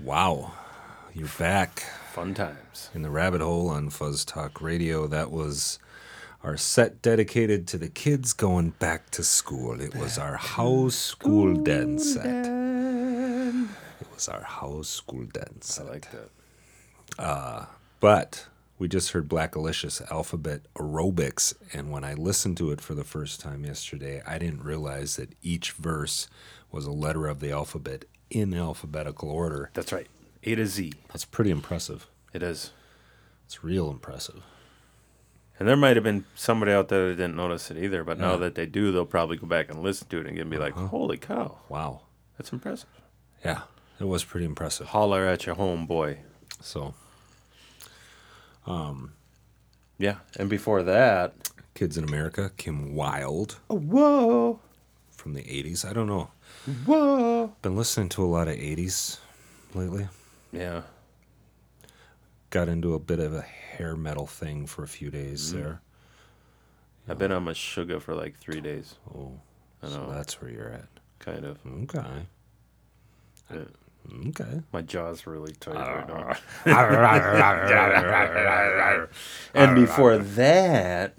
Wow. You're back Fun times. in the rabbit hole on Fuzz Talk Radio. That was our set dedicated to the kids going back to school. It was our house school dance set. It was our house school dance I set. like that. But we just heard Blackalicious Alphabet Aerobics, and when I listened to it for the first time yesterday, I didn't realize that each verse was a letter of the alphabet in alphabetical order. That's right. A to Z. That's pretty impressive. It is. It's real impressive. And there might have been somebody out there that didn't notice it either, but now that they do, they'll probably go back and listen to it and be like, holy cow, Wow. that's impressive. Yeah, it was pretty impressive. Holler at your home boy. So, Yeah. And before that, Kids in America, Kim Wilde Oh, whoa, from the 80s. I don't know. whoa. Been listening to a lot of 80s lately. Yeah. Got into a bit of a hair metal thing for a few days Mm-hmm. there. I've been on my sugar for like three days, Oh, I so know. that's where you're at. kind of. Okay. Yeah. Okay. My jaw's really tight right now. and And before that,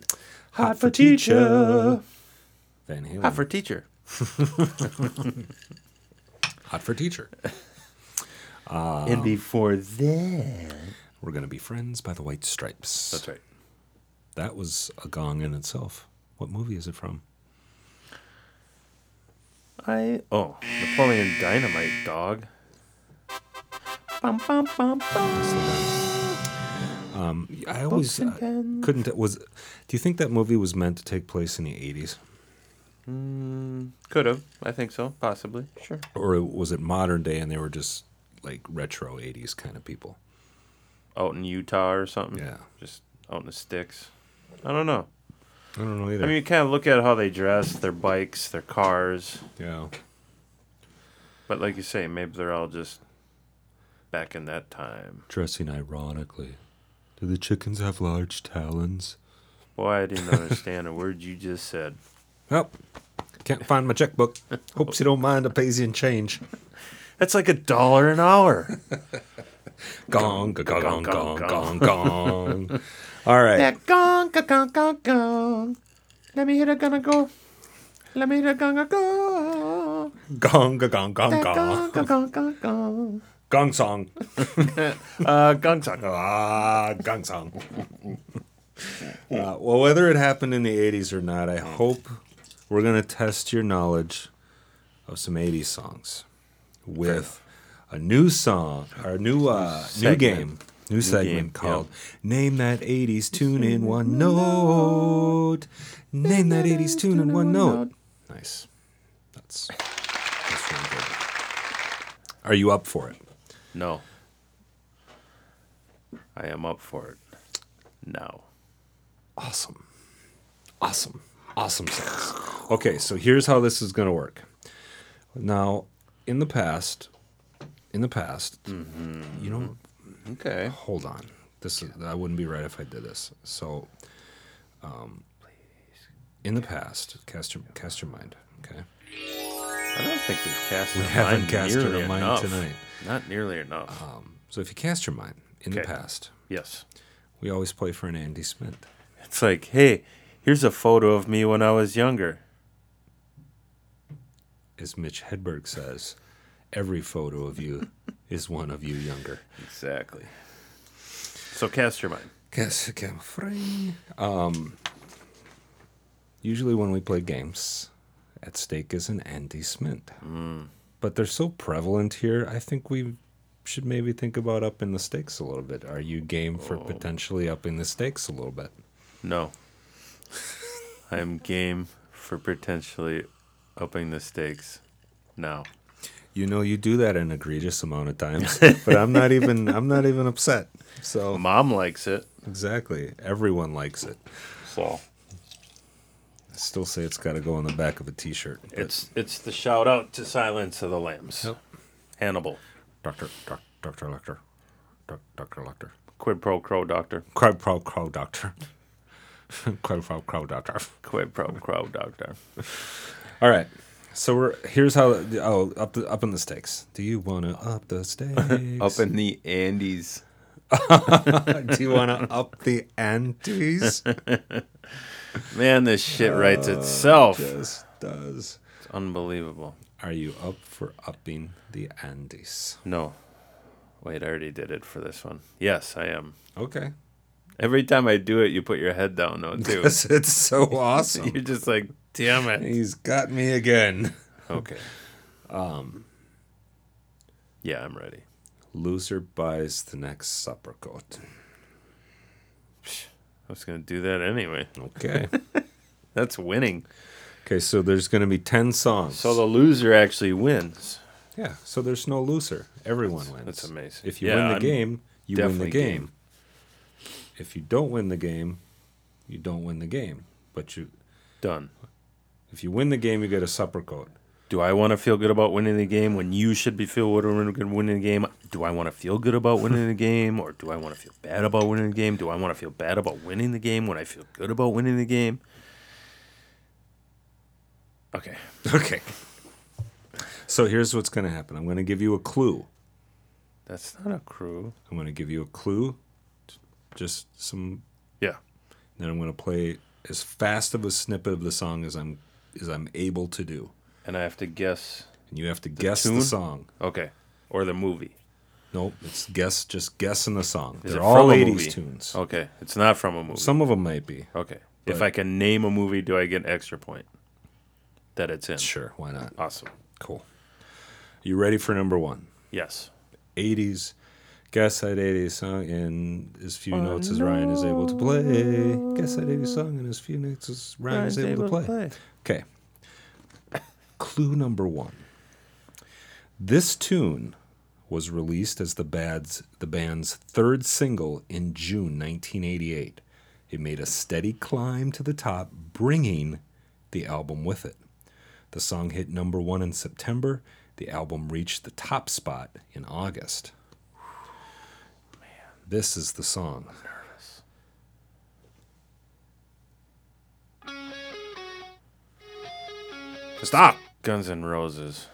Hot for teacher. Van Halen. Hot for teacher. Hot for teacher. and before that, We're gonna be friends by the White Stripes. that's right. That was a gong in itself. What movie is it from? I oh Napoleon Dynamite dog. Bum, bum, bum, bum. Um, I always and uh, pens. couldn't. Was do you think that movie was meant to take place in the eighties, Could have, Mm, I think so, possibly, sure. or was it modern day and they were just like retro eighties kind of people? Out in Utah or something. Yeah. just out in the sticks. I don't know. I don't know either. I mean, you kind of look at how they dress, their bikes, their cars, yeah. but like you say, maybe they're all just back in that time. dressing ironically. Do the chickens have large talons? Boy, I didn't understand a word you just said. Well, can't find my checkbook. Hopes you don't mind. I pays you in change. That's like a dollar an hour. Gong, gong, gong, gong, gong, gong. All right. That gong, gong, gong, gong, gong. Let me hit a gonna go. Let me hit a gonna go. Gong, gong, gong, gong, Gong, gong. gong, gong, gong, gong. Gong song. Uh, gong song. Ah, gong song. Uh, well, whether it happened in the 80s or not, I hope we're going to test your knowledge of some 80s songs with a new song or a new, uh, new Segment. game, new segment game, called Name That 80s Tune in One Note. Name That 80s Tune in One Note. Nice. That's, that's really good. Are you up for it? No. I am up for it. Now. awesome awesome awesome songs okay so here's how this is going to work now in the past in the past you know Okay. hold on this is, i wouldn't be right if i did this so um, in the past cast your, cast your mind okay I don't think we've cast we haven't casted a mind tonight. Not nearly enough. so if you cast your mind in the Okay. past yes. we always play for an andy smith It's like, hey, here's a photo of me when I was younger. as mitch hedberg says every photo of you is one of you younger Exactly. So cast your mind. Guess again, free. Um, usually when we play games, at stake is an Andy Smith. Mm. But they're so prevalent here. I think we should maybe think about upping the stakes a little bit. Are you game for potentially upping the stakes a little bit? No. I'm game for potentially upping the stakes now. You know, you do that an egregious amount of times, but I'm not even. I'm not even upset. So Mom likes it. exactly, everyone likes it. So I still say it's got to go on the back of a T-shirt. but- it's it's the shout out to Silence of the Lambs. Hannibal. Doctor, doc, Doctor Lecter, doc, Doctor Lecter. Quid pro quo doctor. Crab Pro Crow Doctor. Crab Pro Crow Doctor. Quid pro quo doctor. All right. So we're here's how. Oh, up the, up in the stakes. Do you wanna up the stakes? Up in the Andes. Do you wanna up the antes? Man, this shit writes itself. Yes, does. It's unbelievable. Are you up for upping the Andes? No. Wait, I already did it for this one. Yes, I am. Okay. Every time I do it, you put your head down, though, too. Because it's so awesome. You're just like, damn it. He's got me again. Okay. Um. Yeah, I'm ready. Loser buys the next supper coat. I was gonna do that anyway. Okay. That's winning. okay, so there's going to be 10 songs. So the loser actually wins. yeah, so there's no loser. Everyone wins. that's amazing. If you Yeah, win the I'm game, you win the definitely game. game. If you don't win the game, you don't win the game. But you Done. if you win the game, you get a supper coat. Do I want to feel good about winning the game when you should be feel good about winning the game? Do I want to feel good about winning the game, or do I want to feel bad about winning the game? Do I want to feel bad about winning the game when I feel good about winning the game? Okay. Okay. So here's what's going to happen. I'm going to give you a clue. That's not a crew. I'm going to give you a clue. Just some Yeah. then I'm going to play as fast of a snippet of the song as I'm as I'm able to do. And I have to guess. And you have to guess tune? the song. Okay. Or the movie. Nope, it's guess just guessing the song. Is They're it all from a 80s movie? tunes. Okay. It's not from a movie. Some of them might be. okay. If I can name a movie, do I get an extra point that it's in? Sure, why not? Awesome. Cool. You ready for number 1? Yes. 80s Guess that 80s song in as few notes as Ryan is able to play. Guess that 80s song in as few notes as Ryan is able, to play. Okay. Clue number one. This tune was released as the band's, the band's third single in June 1988. It made a steady climb to the top, bringing the album with it. The song hit number one in September. The album reached the top spot in August. This is the song. Stop. Guns N' Roses.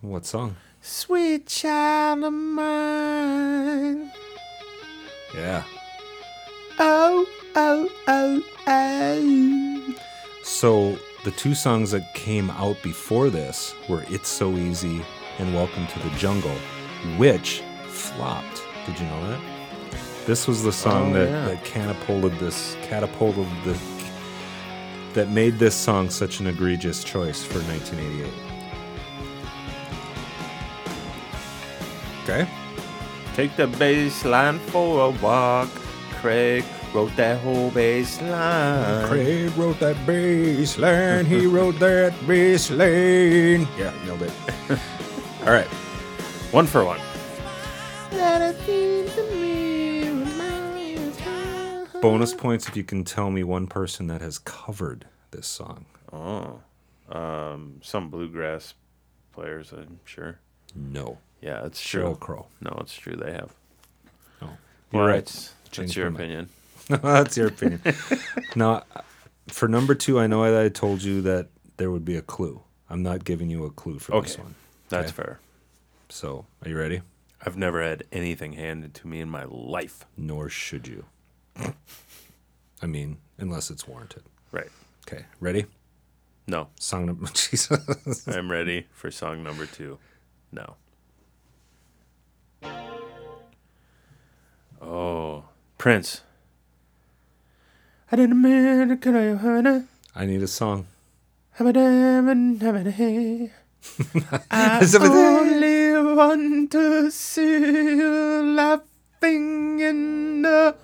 What song? Sweet child of mine. Yeah. Oh, oh, oh, oh. So the two songs that came out before this were "It's So Easy" and "Welcome to the Jungle," which flopped. Did you know that? This was the song Oh, that, yeah. that catapulted this catapulted the that made this song such an egregious choice for 1988. Okay. Take the bass line for a walk. Craig wrote that whole bass line. Craig wrote that bass line. He wrote that bass line. Yeah, nailed it. All right. One for one. Bonus points if you can tell me one person that has covered this song. Oh. Um, some bluegrass players, I'm sure. No. Yeah, it's true. Sheryl Crow. No, it's true. They have. No. Well, You're right. That's, Changed that's your my mind. opinion. That's your opinion. now, for number two, I know that I told you that there would be a clue. I'm not giving you a clue for this Okay. one. That's Okay. fair. So, are you ready? I've never had anything handed to me in my life. Nor should you. I mean, unless it's warranted. Right. Okay, ready? No, Song number. Jesus. I'm ready for song number two. No. Oh, Prince. I didn't mean to kill you, honey. I need a song. Have a damn and have a day. I only want to see you laughing in the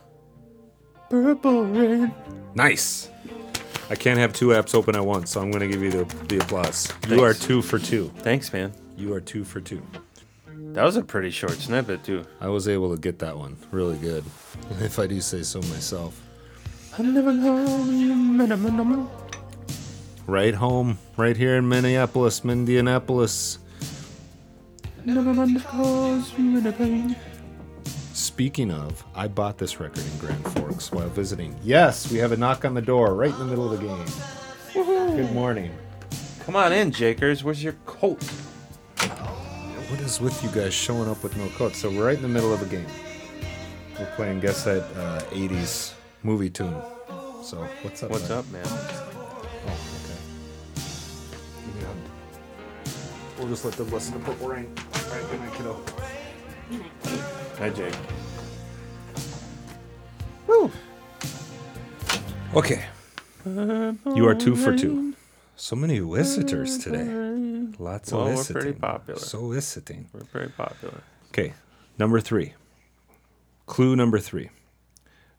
purple rain. Nice. I can't have two apps open at once, so I'm going to give you the, the applause. You Thanks. are two for two. Thanks, man. You are two for two. That was a pretty short snippet, too. I was able to get that one really good, if I do say so myself. I'm never home. Right home, right here in Minneapolis, Mindianapolis. Never mind the cause you in a pain. Speaking of, I bought this record in Grand Forks while visiting. Yes, we have a knock on the door right in the middle of the game. Good morning. Come on in, Jakers. Where's your coat? What is with you guys showing up with no coats? So we're right in the middle of a game. We're playing guess that uh, '80s movie tune. So what's up? What's man? Oh, up, man? We'll just let them listen to Purple Rain. All right, good night, kiddo. Hi, Jake. Okay. You are two for two. So many visitors today. Lots Well, of we're visiting. pretty popular. Soliciting. We're very popular. Okay, number three. Clue number three.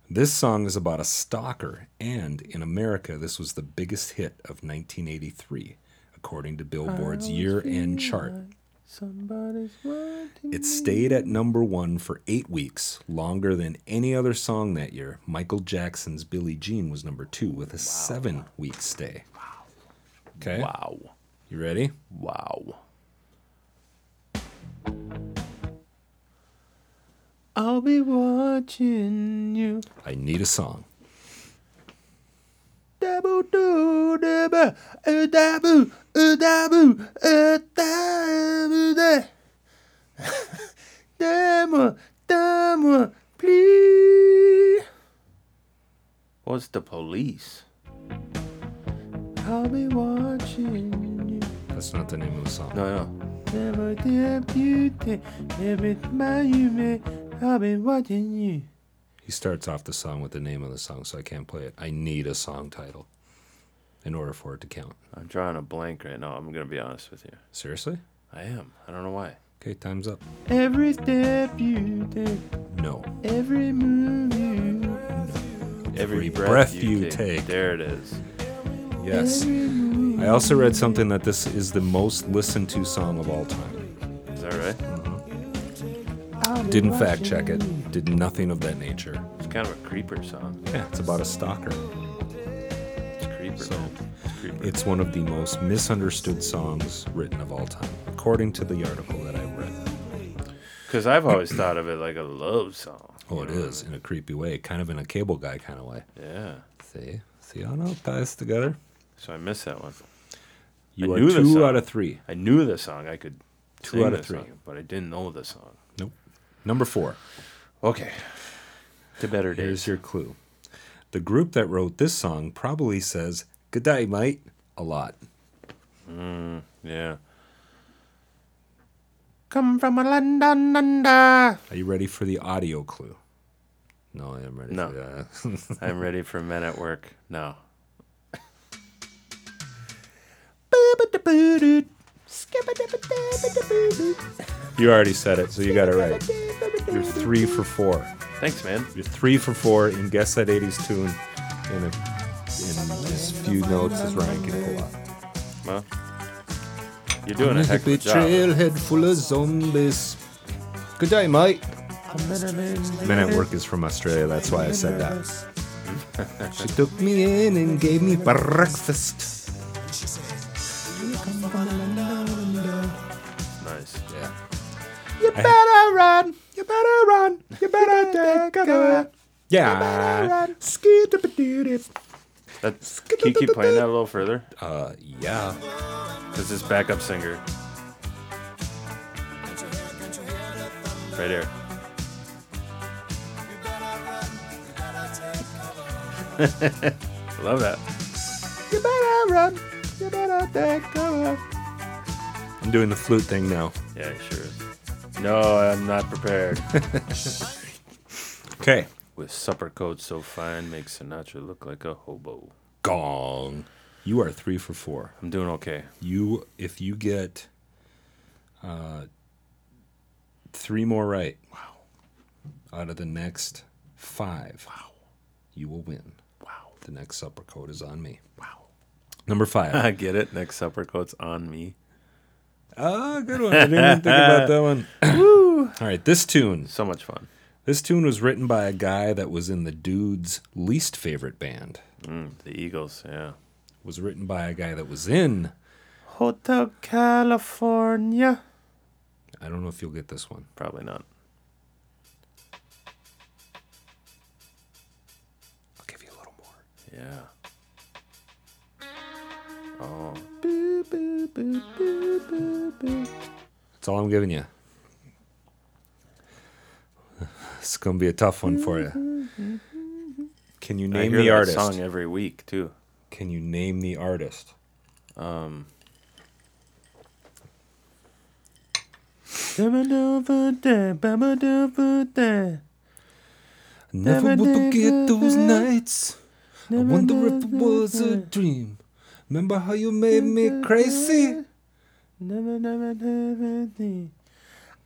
This song is about a stalker, and in America, this was the biggest hit of 1983, according to Billboard's year end chart. Somebody's watching. It stayed at number one for eight weeks, longer than any other song that year. Michael Jackson's Billie Jean was number two with a seven week stay. Wow. Okay. Wow. You ready? Wow. I'll be watching you. I need a song. Dabble doo dabba, uh, dabble, uh, dabble, uh, dabble da. Dabble, dabble, please. What's the police? I'll be watching you. That's not the name of the song. No, no. Never the beauty, never my human. I've been watching you. He starts off the song with the name of the song, so I can't play it. I need a song title in order for it to count. I'm drawing a blank right now. I'm gonna be honest with you. Seriously? I am. I don't know why. Okay, time's up. Every step you take, No. every move you, every breath, you, take. There it is. Yes. I also read something that this is the most listened to song of all time. Is that right? Mm-hmm. Didn't fact check it, did nothing of that nature. It's kind of a creeper song. Yeah, it's about a stalker. It's creeper. So, man. it's creeper. It's one of the most misunderstood songs written of all time, according to the article that I read. Because I've always thought of it like a love song. Oh, it is in a creepy way, kind of in a cable guy kind of way. Yeah. See, see how it ties together. So I missed that one. You I are knew the two song. out of three. I knew the song. I could Two sing out of the three. song, but I didn't know the song. Nope. Number four. Okay. To better Here's days. your clue. The group that wrote this song probably says "Good day, mate" a lot. yeah. Come from a London under. Are you ready for the audio clue? No, I am ready. No. For that. I'm ready for men at work. No. you already said it, so you got it right. You're three for four. Thanks, man. You're three for four in guess that '80s tune, in a, in as few notes as Ryan can pull up. Well, you're doing a heck of a job. trailhead full of zombies. Good day, mate. Men at Work is from Australia, that's why I said that. she took me in and gave me breakfast. Nice. Yeah. You better run. You better run. You better take cover. Yeah. That's, can you keep playing that a little further? Uh, yeah. Because this backup singer. Right here. I love that. You better run. You better take cover. I'm doing the flute thing now. Yeah, it sure is. No, I'm not prepared. Okay. With supper coat so fine, makes Sinatra look like a hobo. Gong. You are three for four. I'm doing okay. You, if you get uh, three more right, wow, out of the next five, wow, you will win. Wow, the next supper code is on me. Wow, number five. I get it. Next supper coat's on me. Ah, good one. I didn't even think about that one. All right, this tune. So much fun. This tune was written by a guy that was in the dude's least favorite band. Mm, the Eagles, yeah. Was written by a guy that was in. Hotel California. I don't know if you'll get this one. Probably not. I'll give you a little more. Yeah. Oh. Boo, boo, boo, boo, boo, boo. That's all I'm giving you. It's gonna be a tough one for you. Can you I name hear the that artist? song every week too. Um. Can you name the artist? Never would forget those nights. I wonder if it was a dream. Remember how you made me crazy? Never, never, never think.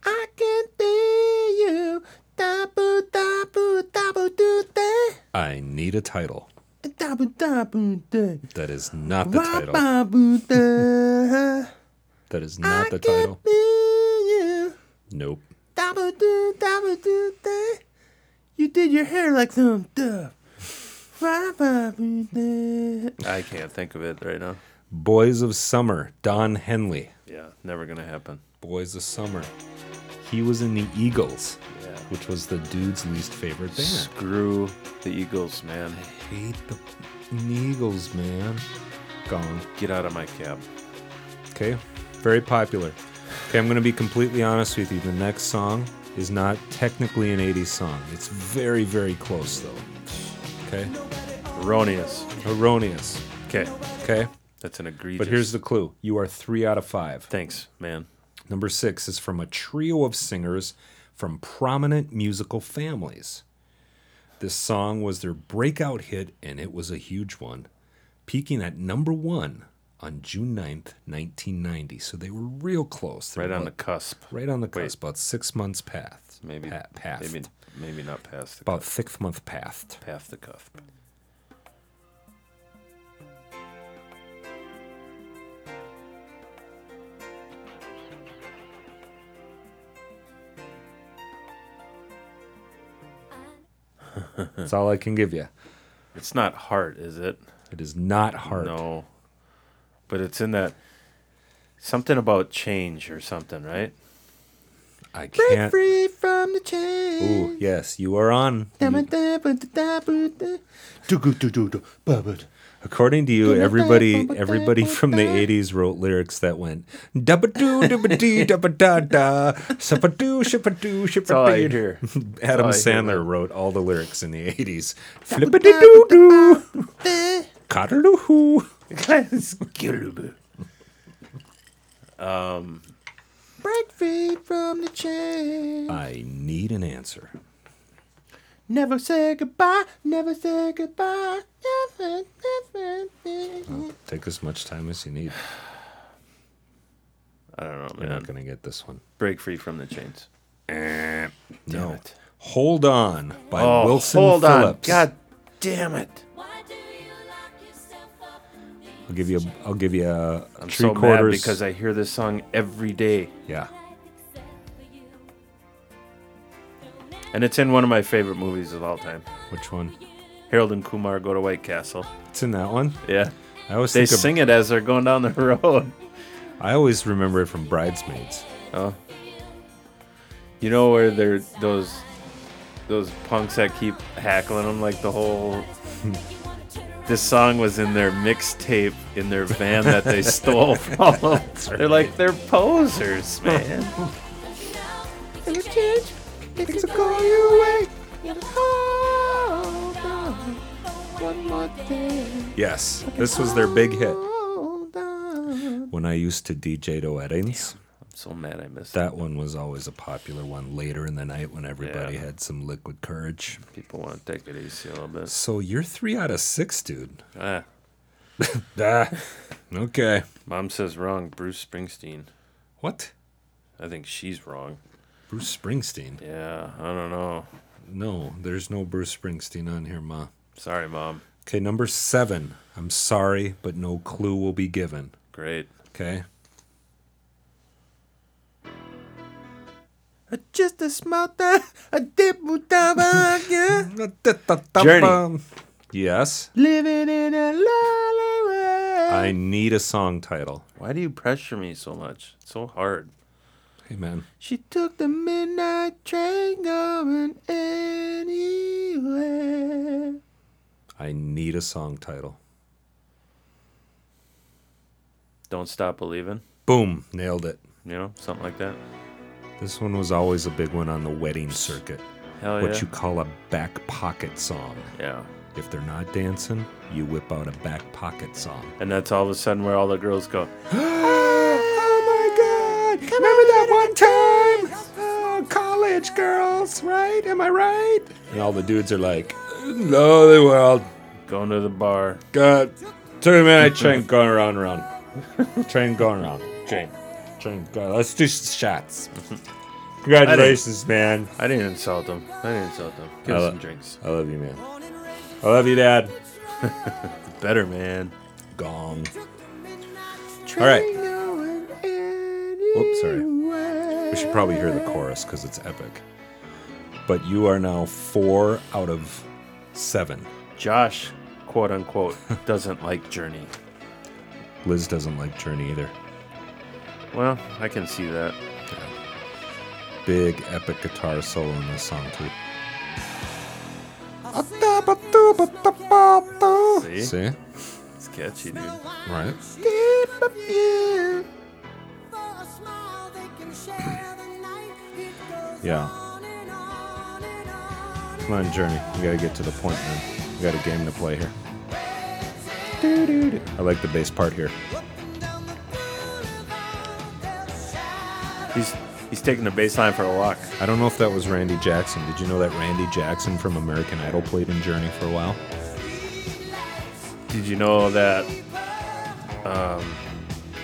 I can see you. Dabu, dabu, dabu, do that. I need a title. Dabu, dabu, da. That is not the Wa, title. babu, da. That is I not the can title. see you. Nope. Dabu, do, dabu, do that. You did your hair like some duff. Wa, babu, da. I can't think of it right now. Boys of Summer, Don Henley. Yeah, never gonna happen. Boys of Summer. He was in the Eagles, Yeah. which was the dude's least favorite band. Screw the Eagles, man. hate the Eagles, man. Gone. Get out of my cab. Okay, very popular. Okay, I'm gonna be completely honest with you. The next song is not technically an 80s song. It's very, very close though. Okay, Erroneous. erroneous. Okay, Okay, that's an egregious. but here's the clue. You are three out of five. thanks, man. Number six is from a trio of singers from prominent musical families. This song was their breakout hit, and it was a huge one, peaking at number one on June 9th, 1990. So they were real close. They Right were on the about- cusp. right on the Wait. cusp, about six months path. Maybe pa- path. Maybe maybe not past the about six month path. cusp, past the cusp. That's all I can give you. It's not heart, is it? It is not hard. No. But it's in that something about change or something, right? I can't. free from the change. Ooh, yes, you are on. You- According to you, everybody everybody from the '80s wrote lyrics that went dabba doo dabba dee dabba da da shippa doo shippa doo all I shippa hear. dee. Adam all I hear, Sandler man. wrote all the lyrics in the '80s. Flippa doo doo doo, hoo. Um, Break free from the chain. I need an answer. Never say goodbye. Never say goodbye. Never, never, never. Take as much time as you need. I don't know, You're man. not gonna get this one. Break free from the chains. no. Eh, it. Hold on by Oh, Wilson hold Phillips. on. God damn it. I'll give you. A, I'll give you a I'm three so quarters. mad because I hear this song every day, yeah. and it's in one of my favorite movies of all time. Which one? Harold and Kumar go to White Castle. It's in that one. Yeah, I always they think of- sing it as they're going down the road. I always remember it from Bridesmaids. Oh. You know where they're those those punks that keep hackling them like the whole this song was in their mixtape in their van that they stole from them. They're like they're posers, man. Yes, this was their big hit. When I used to DJ to weddings, I'm so mad I missed that. that one was always a popular one later in the night when everybody Yeah. had some liquid courage. People want to take it easy a little bit. So you're three out of six, dude. Ah, Ah, okay. Mom says wrong, Bruce Springsteen. What? I think she's wrong. Bruce Springsteen? Yeah, I don't know. No, there's no Bruce Springsteen on here, Ma. Sorry, Mom. Okay, number seven. I'm sorry, but no clue will be given. Great. Okay? Uh, Just a small thing, a dip yeah. Journey. Yes. Living in a lonely I need a song title. Why do you pressure me so much? It's so hard. Hey, man. She took the midnight train going anywhere. I need a song title. Don't stop believing. Boom, nailed it. You know, something like that. This one was always a big one on the wedding circuit. Hell what Oh, yeah. you call a back pocket song. yeah. If they're not dancing, you whip out a back pocket song. And that's all of a sudden where all the girls go. oh my god! Remember that one time? Oh, college girls, right? Am I right? And all the dudes are like, no, they were all Going to the bar. got two minute train going around, around. Train going around. Train. Train going. Let's do some shots. Congratulations, man. I didn't insult them. I didn't insult them. Give I them lo- some drinks. I love you, man. I love you, Dad. Better man. Gong. All right. Oops, sorry. We should probably hear the chorus because it's epic. But you are now four out of seven. Josh, quote unquote, doesn't like Journey. Liz doesn't like Journey either. Well, I can see that. Big epic guitar solo in this song too. See? See? It's catchy, dude. Right. Yeah. Come on, Journey. We gotta get to the point, man. We got a game to play here. Doo-doo-doo. I like the bass part here. He's he's taking the bass line for a walk. I don't know if that was Randy Jackson. Did you know that Randy Jackson from American Idol played in Journey for a while? Did you know that um,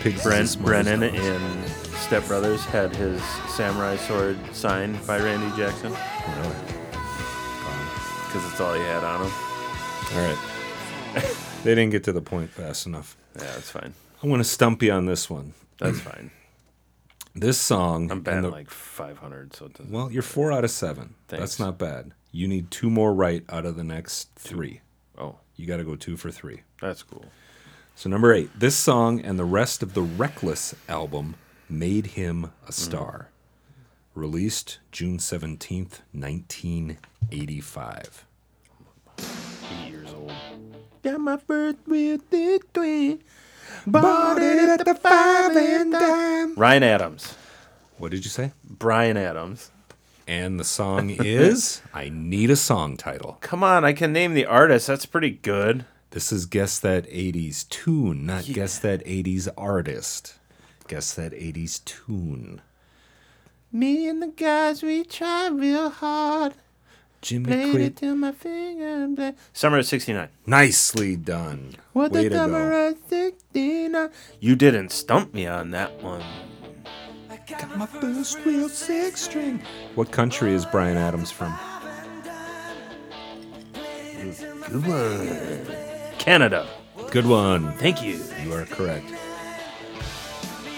Pigs is Bren, as small as Brennan dogs. in Step Brothers had his samurai sword signed by Randy Jackson? Really? Because it's all he had on him. All right. they didn't get to the point fast enough. Yeah, that's fine. I'm gonna stump you on this one. That's fine. This song. I'm and batting the- like 500, so it doesn't. Well, you're four out of seven. That's Thanks. not bad. You need two more right out of the next three. Oh, You got to go two for three. that's cool. So number eight, this song and the rest of the Reckless album made him Mm. a star. Released June seventeenth, nineteen eighty-five. Eight years old. Got my birth with the twin. Bought it at the five and dime. Ryan Adams. What did you say? Brian Adams. And the song is I Need a Song Title. Come on, I can name the artist. That's pretty good. This is Guess That 80s Tune, not Guess That 80s Artist. Guess That 80s Tune. Me and the guys, we tried real hard. Jimmy Played Cre- it till my finger. Bla- Summer of 69. Nicely done. What Way to the go. summer of 69. You didn't stump me on that one. Got my first real six string. What country is Brian Adams from? Good one. Canada. Good one. Thank you. You are correct.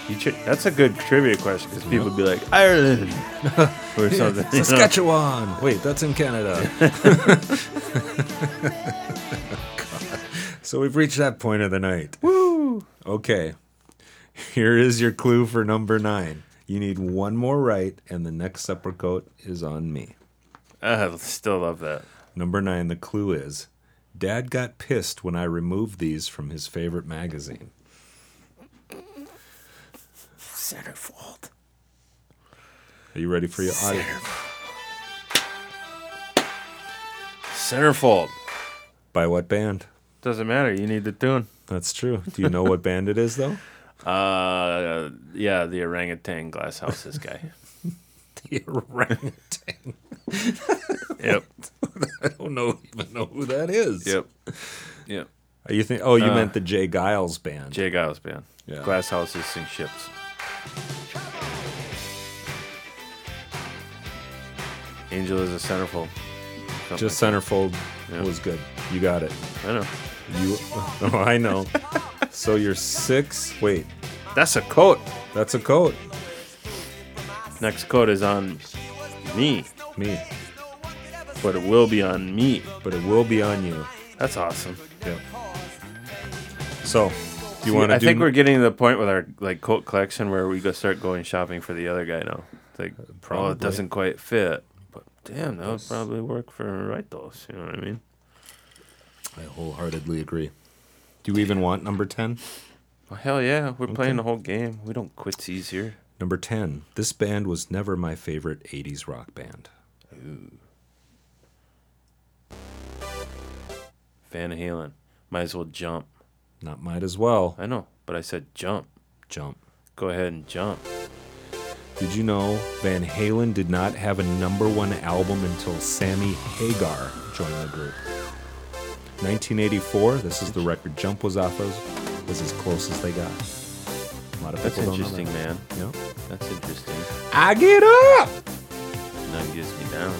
you tr- that's a good trivia question because people would be like, Ireland. or something. you know? Saskatchewan. Wait, that's in Canada. so we've reached that point of the night. Woo! Okay. Here is your clue for number nine. You need one more right, and the next sepulchre is on me. I still love that. Number nine, the clue is Dad got pissed when I removed these from his favorite magazine. Centerfold. Are you ready for your audio? Centerfold. By what band? Doesn't matter. You need the tune. That's true. Do you know what band it is, though? Uh, yeah, the orangutan glass house. This guy. The Orangutan. yep. I don't know even know who that is. Yep. Yep. Are you think? Oh, you meant the Jay Giles band. Jay Giles band. Yeah. Glass houses sink ships. Angel is a centerfold. Something Just centerfold Yeah. was good. You got it. like- I know. You. Oh, I know. so you're six. Wait, That's a coat. that's a coat. Next coat is on me, Me, but it will be on me. but it will be on you. That's awesome. Yep. So, do you want I to do? think we're getting to the point with our like coat collection where we go start going shopping for the other guy now. It's like, oh, probably. it doesn't quite fit. But damn, that would probably work for right those. You know what I mean? I wholeheartedly agree. Do you even want number ten? Well, hell yeah, we're playing the whole game. We don't quit here. Number 10. This band was never my favorite 80s rock band. Van Halen. Might as well jump. Not might as well. I know, but I said jump. Jump. Go ahead and jump. Did you know Van Halen did not have a number one album until Sammy Hagar joined the group? 1984, this is the record Jump was off of, was as close as they got. A lot of That's people interesting, don't know man. that. Yeah. That's interesting. I get up! Now it gets me down.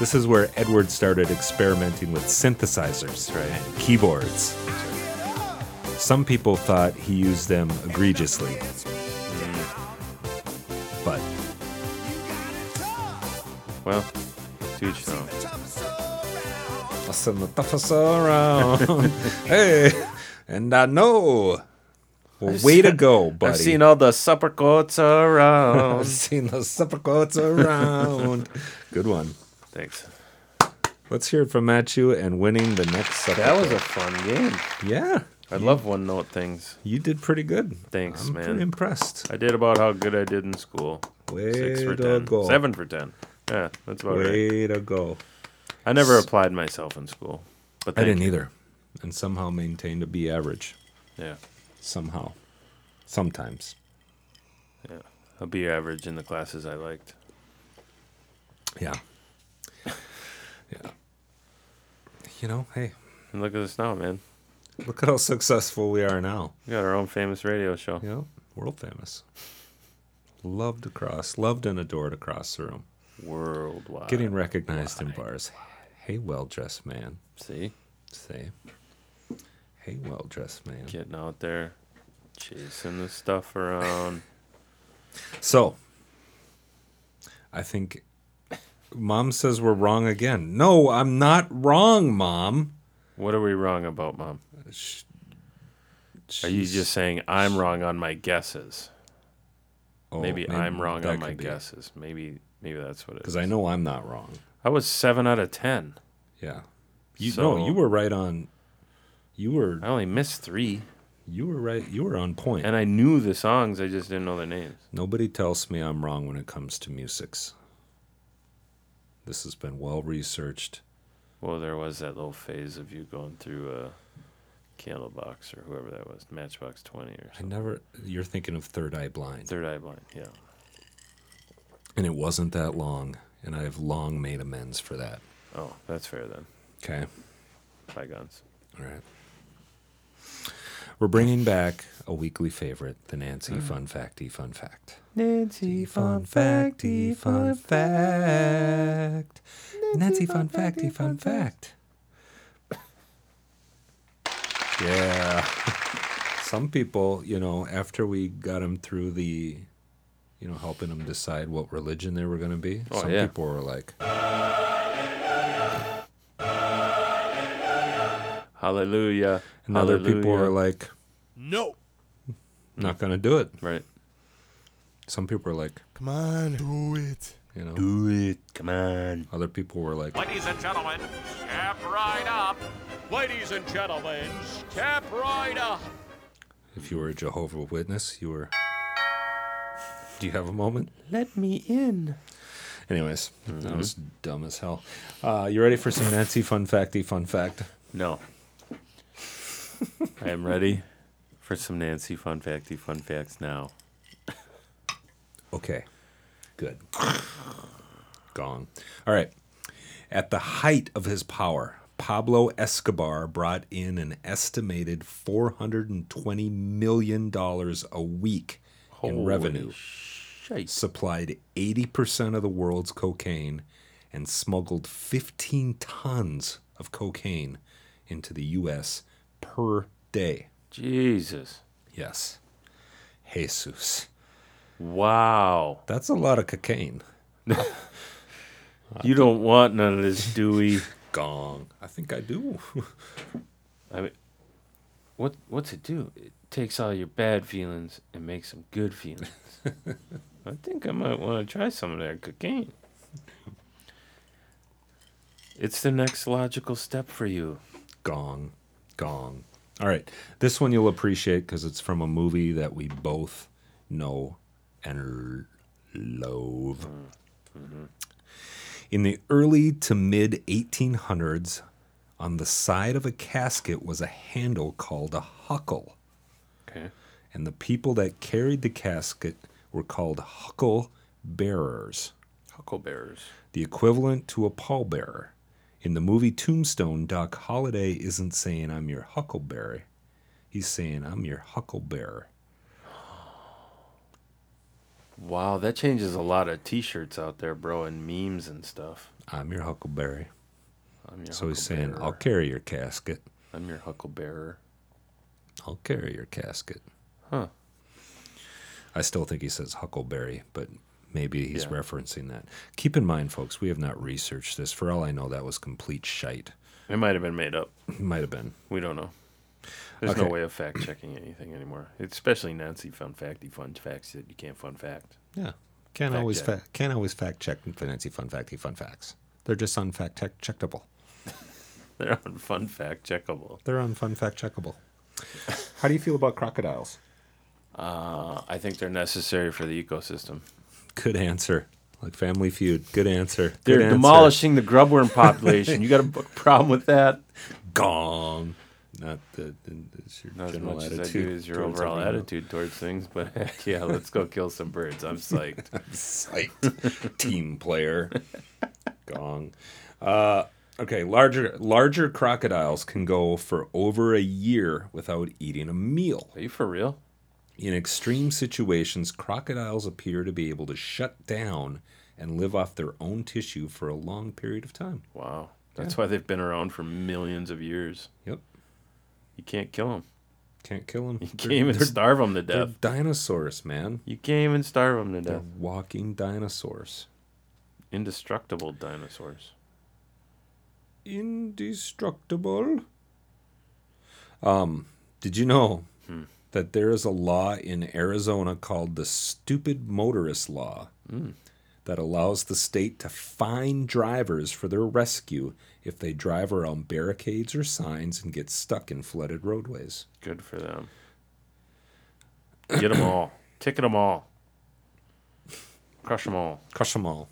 This is where Edward started experimenting with synthesizers That's right. and keyboards. Some people thought he used them egregiously, mm. but Well, dude, you know. I send the toughest around. hey, and I know. Well, way to go, buddy. I've seen all the supper coats I've around. seen the supercoats around. Good one. Thanks. Let's hear it from Matthew and winning the next supper. That was a fun game. yeah. I love one note things. You did pretty good. Thanks, I'm man. Pretty impressed. I did about how good I did in school. Way Six for to ten. go. Seven for ten. Yeah, that's about right. Way to go. I never applied myself in school, but I thank didn't you. either, and somehow maintained a B average. Yeah, Somehow, sometimes. I'll be average in the classes I liked. Yeah. Yeah. You know, hey, And look at us now, man. look at how successful we are now. We got our own famous radio show. You know, world famous. Loved across, loved and adored across the room. Worldwide. Getting recognized in bars. Hey, well dressed man. see, Say, hey, well dressed man. getting out there, chasing the stuff around. So, I think mom says we're wrong again. No, I'm not wrong, mom. what are we wrong about, mom? Sh- Are you just saying I'm wrong on my guesses? Oh, maybe, I'm wrong that on my could be. guesses. Maybe, maybe that's what it is. Because I know I'm not wrong. I was seven out of ten. Yeah. You So- no, you were right on. You were I only missed three, you were right. You were on point. and I knew the songs. I just didn't know their names. Nobody tells me I'm wrong when it comes to musics. This has been well researched. Well, there was that little phase of you going through a Candlebox or whoever that was, Matchbox Twenty or I something. never. You're thinking of Third Eye Blind, Third Eye Blind. Yeah. and it wasn't that long. And I have long made amends for that. Oh, that's fair then. Okay. Bygones. All right. We're bringing back a weekly favorite, the Nancy Fun Facty Fun Fact. Nancy fact. Nancy fun facty fun fact. Yeah. Some people, you know, after we got them through the, you know, helping them decide what religion they were going to be, Oh, some yeah. people were like, Hallelujah. and other people were hallelujah. like, No. not going to do it. right. Some people were like, Come on. Do it. you know, Do it. Come on. other people were like, Ladies and gentlemen, step right up. Ladies and gentlemen, step right up. if you were a Jehovah Witness, you were. Do you have a moment? Let me in. Anyways, that was dumb as hell. Uh, you ready for some Nancy fun facty fun fact? No. I am ready for some Nancy fun facty fun facts now. Okay, good. Gong. All right. At the height of his power, Pablo Escobar brought in an estimated $420 million a week in revenue, Shite. supplied 80% of the world's cocaine, and smuggled 15 tons of cocaine into the U.S. per day. Jesus. Yes. Jesus. Wow. That's a lot of cocaine. You don't want none of this, Dewey. Gong. I think I do. I mean, what what's it do? It takes all your bad feelings and makes some good feelings. I think I might want to try some of that cocaine. It's the next logical step for you. Gong. Gong. All right. This one you'll appreciate because it's from a movie that we both know and l- love. In the early to mid 1800s, on the side of a casket was a handle called a huckle, Okay. and the people that carried the casket were called huckle bearers Huckleberries. the equivalent to a pallbearer. In the movie Tombstone, Doc Holliday isn't saying, I'm your huckleberry. He's saying, I'm your hucklebearer. Wow, that changes a lot of T-shirts out there, bro, and memes and stuff. I'm your huckleberry. I'm your So he's saying, hucklebearer. I'll carry your casket. I'm your hucklebearer. I'll carry your casket. Huh. I still think he says huckleberry, but maybe he's Yeah. referencing that. Keep in mind, folks, we have not researched this. For all I know, that was complete shite. It might have been made up. Might have been. We don't know. There's no Okay. way of fact checking anything anymore, especially Nancy fun facty fun facts that you can't fun fact. Yeah. Can't Fact always check. fa- can't always fact check and fancy fun facty fun facts. They're just unfact check- checkable. They're on fun fact checkable. They're on Fun Fact Checkable. How do you feel about crocodiles? Uh, I think they're necessary for the ecosystem. Good answer. Like Family Feud. Good answer. Good They're answer. demolishing the grubworm population. you got a b- problem with that? Gong. Not the, the, it's your Not as general much attitude. as I do as your towards overall everyone. attitude towards things, but heck yeah, let's go kill some birds. I'm psyched. Psyched. Team player. Gong. Uh, okay. Larger larger crocodiles can go for over a year without eating a meal. Are you for real? In extreme situations, crocodiles appear to be able to shut down and live off their own tissue for a long period of time. Wow. That's why they've been around for millions of years. Yep. You can't kill them. Can't kill them. You You can't even starve them to They're death. dinosaurs, man. You can't even starve them to death. They're walking dinosaurs. Indestructible dinosaurs. Indestructible. Um, did you know that there is a law in Arizona called the Stupid Motorist Law that allows the state to fine drivers for their rescue if they drive around barricades or signs and get stuck in flooded roadways? Good for them. Get them all. Ticket them all. Crush them all. Crush them all.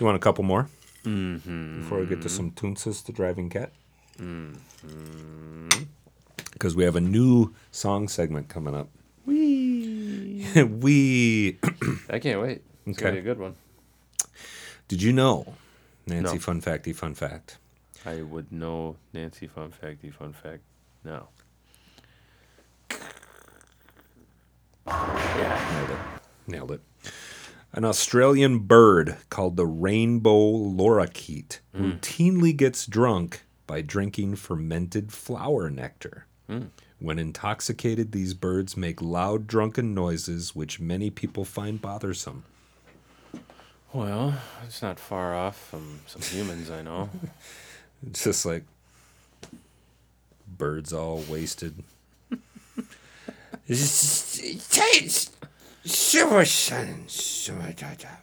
You want a couple more? Mm-hmm. Before we get to some Toonses to Driving Cat? Because we have a new song segment coming up. Wee. we. I can't wait. It's gonna Okay. be a good one. Did you know? Nancy, No. fun facty, fun fact. I would know Nancy fun facty fun fact now. Nailed it. Nailed it. An Australian bird called the rainbow lorikeet routinely gets drunk by drinking fermented flower nectar. When intoxicated, these birds make loud drunken noises, which many people find bothersome. Well, it's not far off from some humans I know. It's just like birds all wasted. Taste super sun, super dada.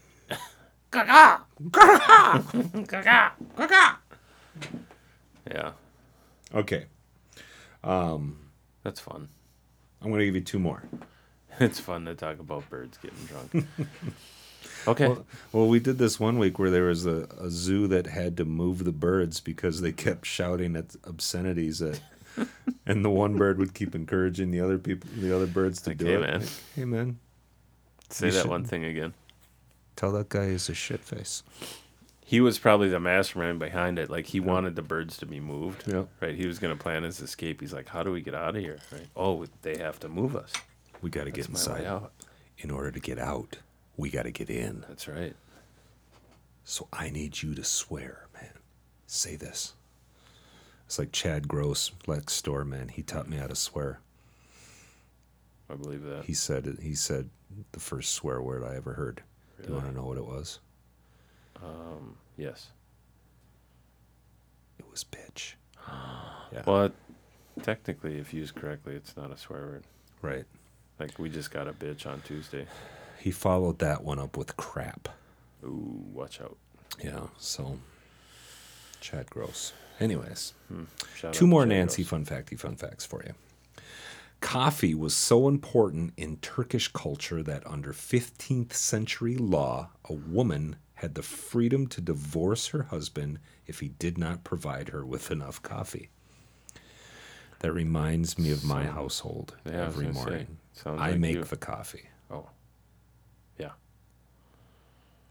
Yeah, Okay, that's fun. I'm going to give you two more. It's fun to talk about birds getting drunk. Okay. Well, we did this one week where there was a, a zoo that had to move the birds because they kept shouting at obscenities at, and the one bird would keep encouraging the other people, the other birds to do Okay, it. man. Like, hey, man, Say that one thing again. tell that guy he's a shit face. He was probably the mastermind behind it. Like he wanted the birds to be moved. Yeah. Right. He was gonna plan his escape. He's like, How do we get out of here? Right. Oh, they have to move us. We got to get That's my way inside. out. In order to get out, we got to get in. That's right. So I need you to swear, man. Say this. It's like Chad Gross, Lex Store, man. He taught me how to swear. I believe that. He said he said the first swear word I ever heard. Do you want to know what it was? Yes. It was bitch. Well, technically, if used correctly, it's not a swear word. Right. Like we just got a bitch on Tuesday. He followed that one up with crap. Ooh, watch out. Yeah. So Chad Gross. Anyways, Shout two out more Jay Nancy fun Gross. facty fun facts for you. Coffee was so important in Turkish culture that under 15th century law, a woman had the freedom to divorce her husband if he did not provide her with enough coffee. That reminds me of my household Yeah, I was every gonna say, morning. sounds I like make you. the coffee Oh. Yeah.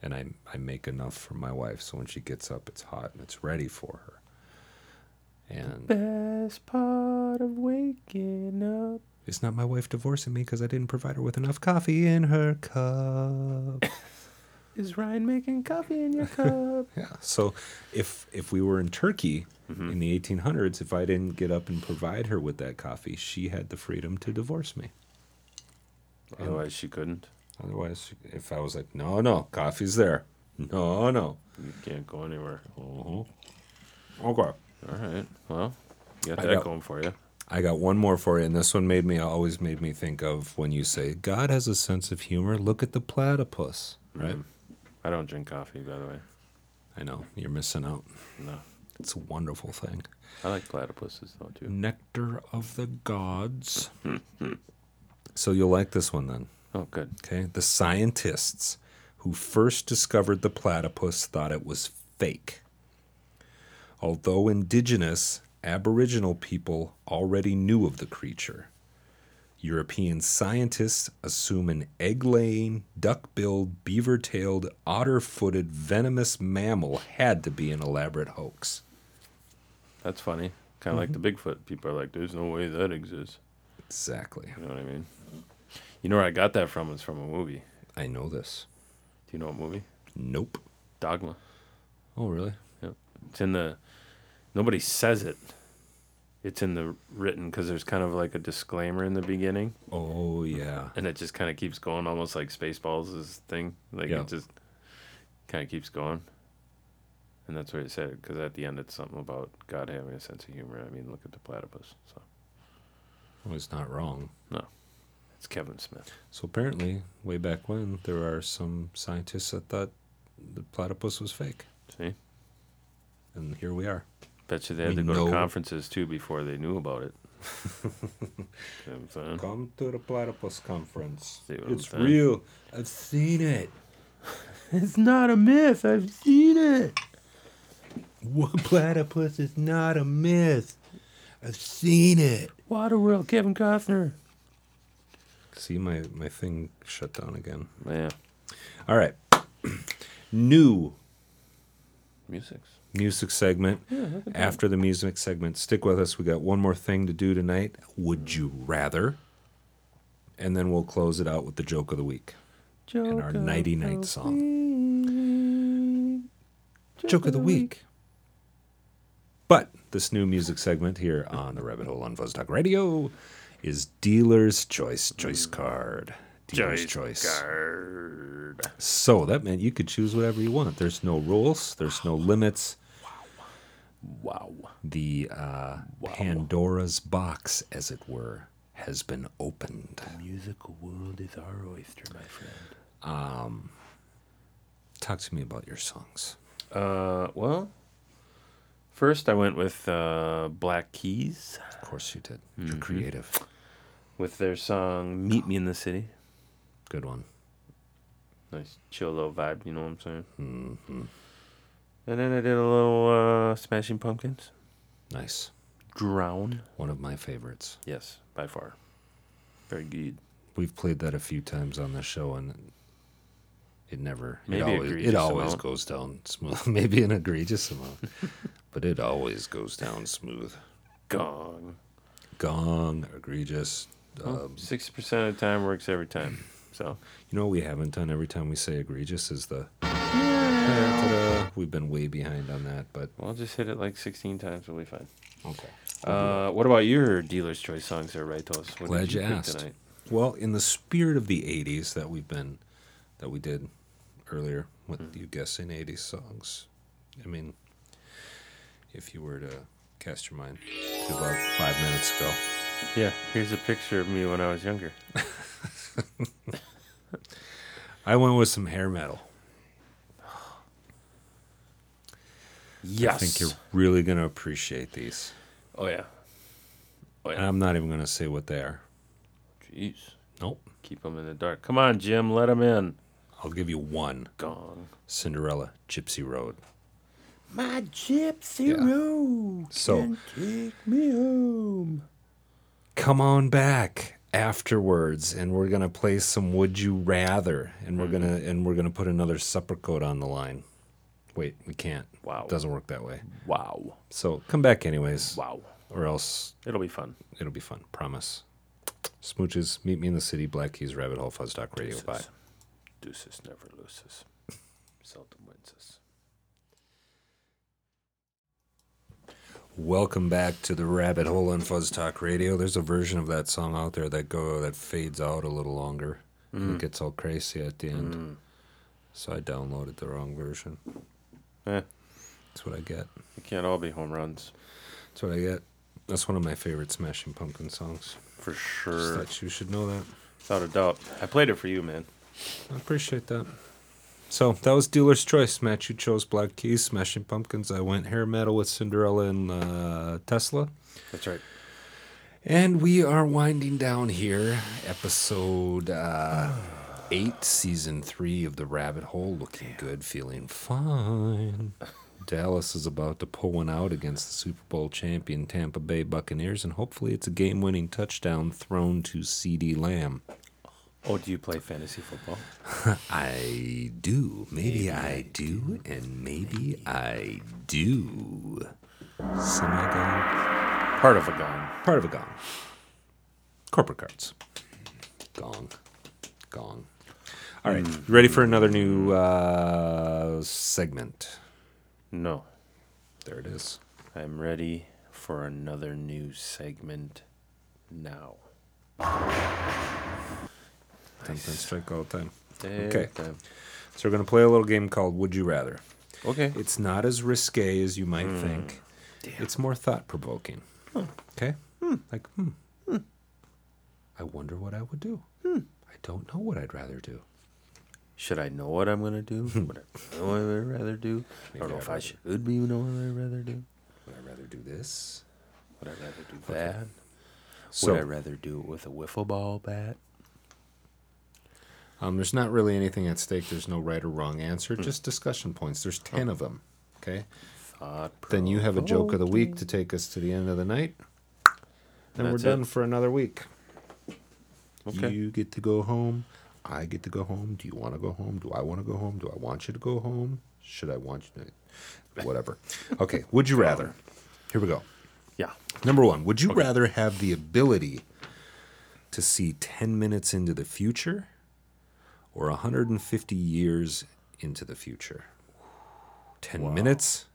and I, I make enough for my wife so when she gets up, it's hot and it's ready for her. And Best part of waking up. it's not my wife divorcing me because I didn't provide her with enough coffee in her cup. Is Ryan making coffee in your cup? Yeah. So if if we were in Turkey in the 1800s, if I didn't get up and provide her with that coffee, she had the freedom to divorce me. Otherwise, she couldn't. Otherwise, if I was like, no, no, coffee's there. No, no. You can't go anywhere. Mhm. Okay. All right. Well, you got I that got- going for you. I got one more for you, and this one made me always made me think of when you say God has a sense of humor. Look at the platypus, right? I don't drink coffee, by the way. I know you're missing out. No. It's a wonderful thing. I like platypuses, though, Mm-hmm. too. Nectar of the gods. so you'll like this one then. Oh, good. Okay, the scientists who first discovered the platypus thought it was fake. Although indigenous, aboriginal people already knew of the creature. European scientists assume an egg laying, duck billed, beaver tailed, otter footed, venomous mammal had to be an elaborate hoax. That's funny. Kind of like the Bigfoot. People are like, there's no way that exists. Exactly. You know what I mean? You know where I got that from? It's from a movie. I know this. Do you know what movie? Nope. Dogma. Oh, really? Yep. It's in the. Nobody says it. It's in the written because there's kind of like a disclaimer in the beginning, Oh, yeah. and it just kind of keeps going, almost like Spaceballs' thing. Like Yeah. it just kind of keeps going, and that's where it said it. Because at the end, it's something about God having a sense of humor. I mean, look at the platypus. So Well, it's not wrong. no, it's Kevin Smith. So apparently, way back when, there are some scientists that thought the platypus was fake, See, and here we are. bet you they had We to go know- to conferences too before they knew about it. See what I'm saying? Come to the platypus conference. See what I'm It's saying? real. I've seen it. It's not a myth. I've seen it. One platypus is not a myth. I've seen it. Waterworld, Kevin Costner. See my my thing shut down again. Yeah, All right. New music's. music segment. After the music segment, stick with us. We got one more thing to do tonight. Would you rather? And then we'll close it out with the joke of the week. Joke and our Nighty Night song. song. Joke of the week. But this new music segment here on the Rabbit Hole on Fuzz Talk Radio is Dealer's Choice Choice Card. Dealer's Choice. So that meant you could choose whatever you want. There's no rules, there's no limits. Wow. The uh, Pandora's box, as it were, has been opened. Musical world is our oyster, my friend. Talk to me about your songs. Uh, well, first I went with uh, Black Keys Of course you did. Mm-hmm. You're creative. with their song "Meet Me in the City." Good one. Nice chill little vibe, you know what I'm saying? Mm-hmm. And then I did a little uh, Smashing Pumpkins, Nice. "Drown." One of my favorites. Yes, by far. Very good. We've played that a few times on the show, and it never. Maybe it always, egregious it always amount. goes down smooth. Maybe an egregious amount, but it always goes down smooth. Gong. Gong, egregious. Um, Sixty percent of the time works every time. So you know what we haven't done every time we say egregious is the. Ta-da. We've been way behind on that, but we'll just hit it like sixteen times, we'll be fine. okay. Uh, what about your dealer's choice songs there, Ritos? What Glad did you, pick asked. Well, in the spirit of the '80s that we've been, that we did earlier with you guessing '80s songs, I mean, if you were to cast your mind to about five minutes ago, Yeah, here's a picture of me when I was younger. I went with some hair metal. Yes. I think you're really gonna appreciate these. Oh yeah. And I'm not even going to say what they are. Jeez. Nope. Keep him in the dark. Come on, Jim. Let him in. I'll give you one Gone. Cinderella, Gypsy Road. My gypsy Yeah. road. So. Take me home. come on back afterwards and we're gonna play some would you rather and we're gonna Mm-hmm. and we're gonna put another supper code on the line wait we can't Wow. doesn't work that way Wow. so come back anyways Wow. or else It'll be fun. it'll be fun promise smooches meet me in the city black keys rabbit hole fuzz talk radio bye Deuces. Deuces never loses. Seldom wins us. Welcome back to the rabbit hole on Fuzz Talk Radio. There's a version of that song out there that go that fades out a little longer. Mm. It gets all crazy at the end. So I downloaded the wrong version. Eh, That's what I get. it can't all be home runs. That's what I get. That's one of my favorite Smashing Pumpkin songs. For Just sure. thought you should know that. Without a doubt. I played it for you, man. I appreciate that. So that was dealer's choice. Matt, you chose Black Keys, Smashing Pumpkins. I went hair metal with Cinderella and uh, Tesla. That's right. And we are winding down here, episode uh, eight, season three of The Rabbit Hole. Looking good, feeling fine. Dallas is about to pull one out against the Super Bowl champion Tampa Bay Buccaneers, and hopefully it's a game winning touchdown thrown to CeeDee Lamb. Oh, do you play fantasy football? I do. Maybe I do, and maybe I do. Semi-gone. Part of a gun. Part of a gong. Corporate cards. Gong. Gong. Hmm. All right. You ready for another new uh, segment? No. There it is. I'm ready for another new segment now. Ten pin strike all the time. Okay. So we're going to play a little game called Would You Rather. Okay. It's not as risque as you might think. It's more thought provoking. Okay? Like, hmm. Hmm. I wonder what I would do. I don't know what I'd rather do. Should I know what I'm going to do? Would I know what I'd rather do? I don't know if I should be know what I'd rather do. Would I rather do this? Would I rather do that? So, Would I rather do it with a wiffle ball bat? um, there's not really anything at stake. There's no right or wrong answer, Hmm. just discussion points. There's 10 of them. Okay? Oh. Thought Then you have a joke of the week to take us to the end of the night. Then That's we're done it. for another week. Okay. You get to go home. I get to go home. Do you want to go home? Do I want to go home? Do I want you to go home? Should I want you to? Whatever. Okay. Would you rather? Here we go. Yeah. Number one, would you rather have the ability to see 10 minutes into the future or 150 years into the future? 10 minutes